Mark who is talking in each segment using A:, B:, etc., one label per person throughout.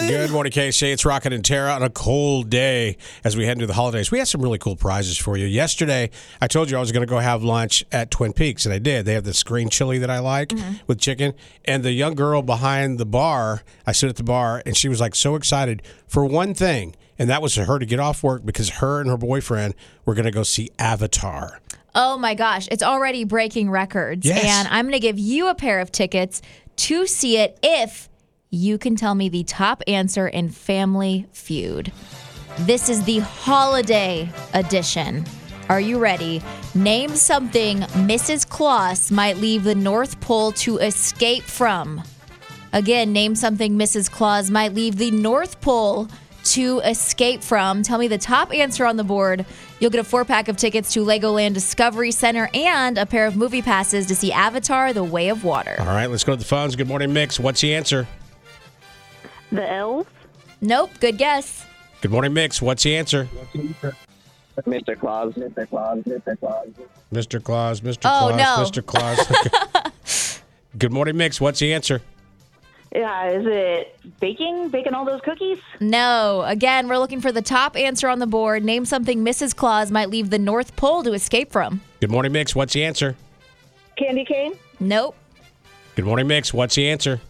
A: Good morning, KC. It's Rocket and Tara on a cold day as we head into the holidays. We had some really cool prizes for you. Yesterday, I told you I was going to go have lunch at Twin Peaks, and I did. They have this green chili that I like with chicken. And the young girl behind the bar, I stood at the bar, and she was like so excited for one thing, and that was for her to get off work because her and her boyfriend were going to go see Avatar.
B: Oh my gosh, it's already breaking records.
A: Yes.
B: And I'm going to give you a pair of tickets to see it if you can tell me the top answer in Family Feud. This is the holiday edition. Are you ready? Name something Mrs. Claus might leave the North Pole to escape from. Again, name something Mrs. Claus might leave the North Pole to escape from. Tell me the top answer on the board. You'll get a four pack of tickets to Legoland Discovery Center and a pair of movie passes to see Avatar The Way of Water.
A: All right, let's go to the phones. Good morning, Mix. What's the answer?
C: The elves?
B: Nope, good guess.
A: Good morning, Mix. What's the answer?
D: Mr. Claus, Mr. Claus, Mr. Claus.
A: Mr. Claus, Mr.
B: Oh,
A: Claus,
B: no.
A: Mr. Claus. Okay. Good morning, Mix. What's the answer?
C: Yeah, is it baking? Baking all those cookies?
B: No, again, we're looking for the top answer on the board. Name something Mrs. Claus might leave the North Pole to escape from.
A: Good morning, Mix. What's the answer?
C: Candy cane?
B: Nope.
A: Good morning, Mix. What's the answer?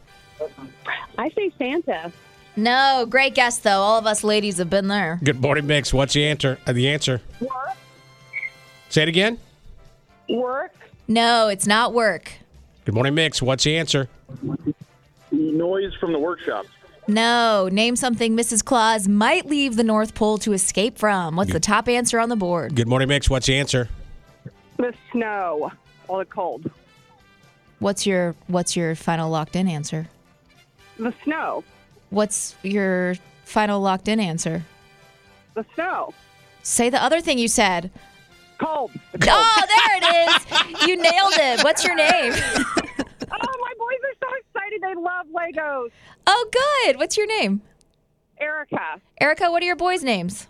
C: I say Santa.
B: No, great guess though. All of us ladies have been there.
A: Good morning, Mix. What's the answer? Uh, the answer.
C: Work?
A: Say it again.
C: Work?
B: No, it's not work.
A: Good morning, Mix. What's the answer?
D: Noise from the workshop.
B: No, name something Mrs. Claus might leave the North Pole to escape from. What's the top answer on the board?
A: Good morning, Mix. What's the answer?
C: The snow. All the cold.
B: What's your what's your final locked in answer?
C: The snow.
B: What's your final locked in answer?
C: The snow.
B: Say the other thing you said.
C: Cold.
B: Oh, there it is. You nailed it. What's your name?
C: oh, my boys are so excited. They love Legos.
B: Oh, good. What's your name?
C: Erica.
B: Erica, what are your boys' names?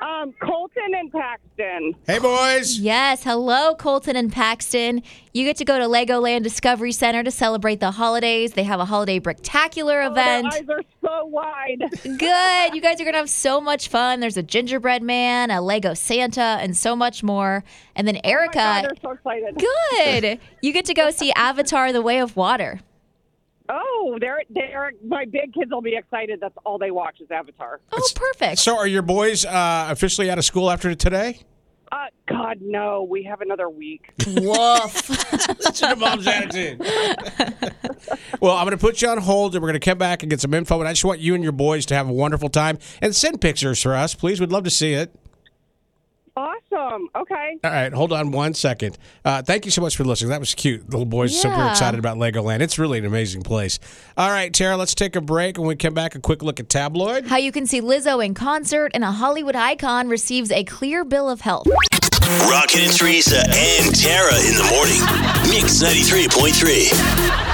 C: Um, Colton and Paxton.
A: Hey, boys.
B: Yes, hello, Colton and Paxton. You get to go to Legoland Discovery Center to celebrate the holidays. They have a holiday bricktacular
C: Oh, their
B: event.
C: eyes are so wide.
B: Good. You guys are going to have so much fun. There's a gingerbread man, a Lego Santa, and so much more. And then
C: God,
B: Erica,
C: they're so excited.
B: good. You get to go see Avatar The Way of Water.
C: Oh, they're, they're, my big kids will be excited. That's all they watch is Avatar.
B: Oh, perfect.
A: So, are your boys uh, officially out of school after today?
C: Uh, God, no. We have another week.
B: Woof.
A: That's your mom's attitude. well, I'm going to put you on hold, and we're going to come back and get some info. And I just want you and your boys to have a wonderful time. And send pictures for us, please. We'd love to see it.
C: Awesome. Okay.
A: All right, hold on one second. Uh, thank you so much for listening. That was cute. The little boy's super
B: Yeah.
A: excited about Legoland. It's really an amazing place. All right, Tara, let's take a break. When we come back, a quick look at tabloid.
B: How you can see Lizzo in concert and a Hollywood icon receives a clear bill of health.
E: Rocket and Teresa and Tara in the morning. Mix 93.3.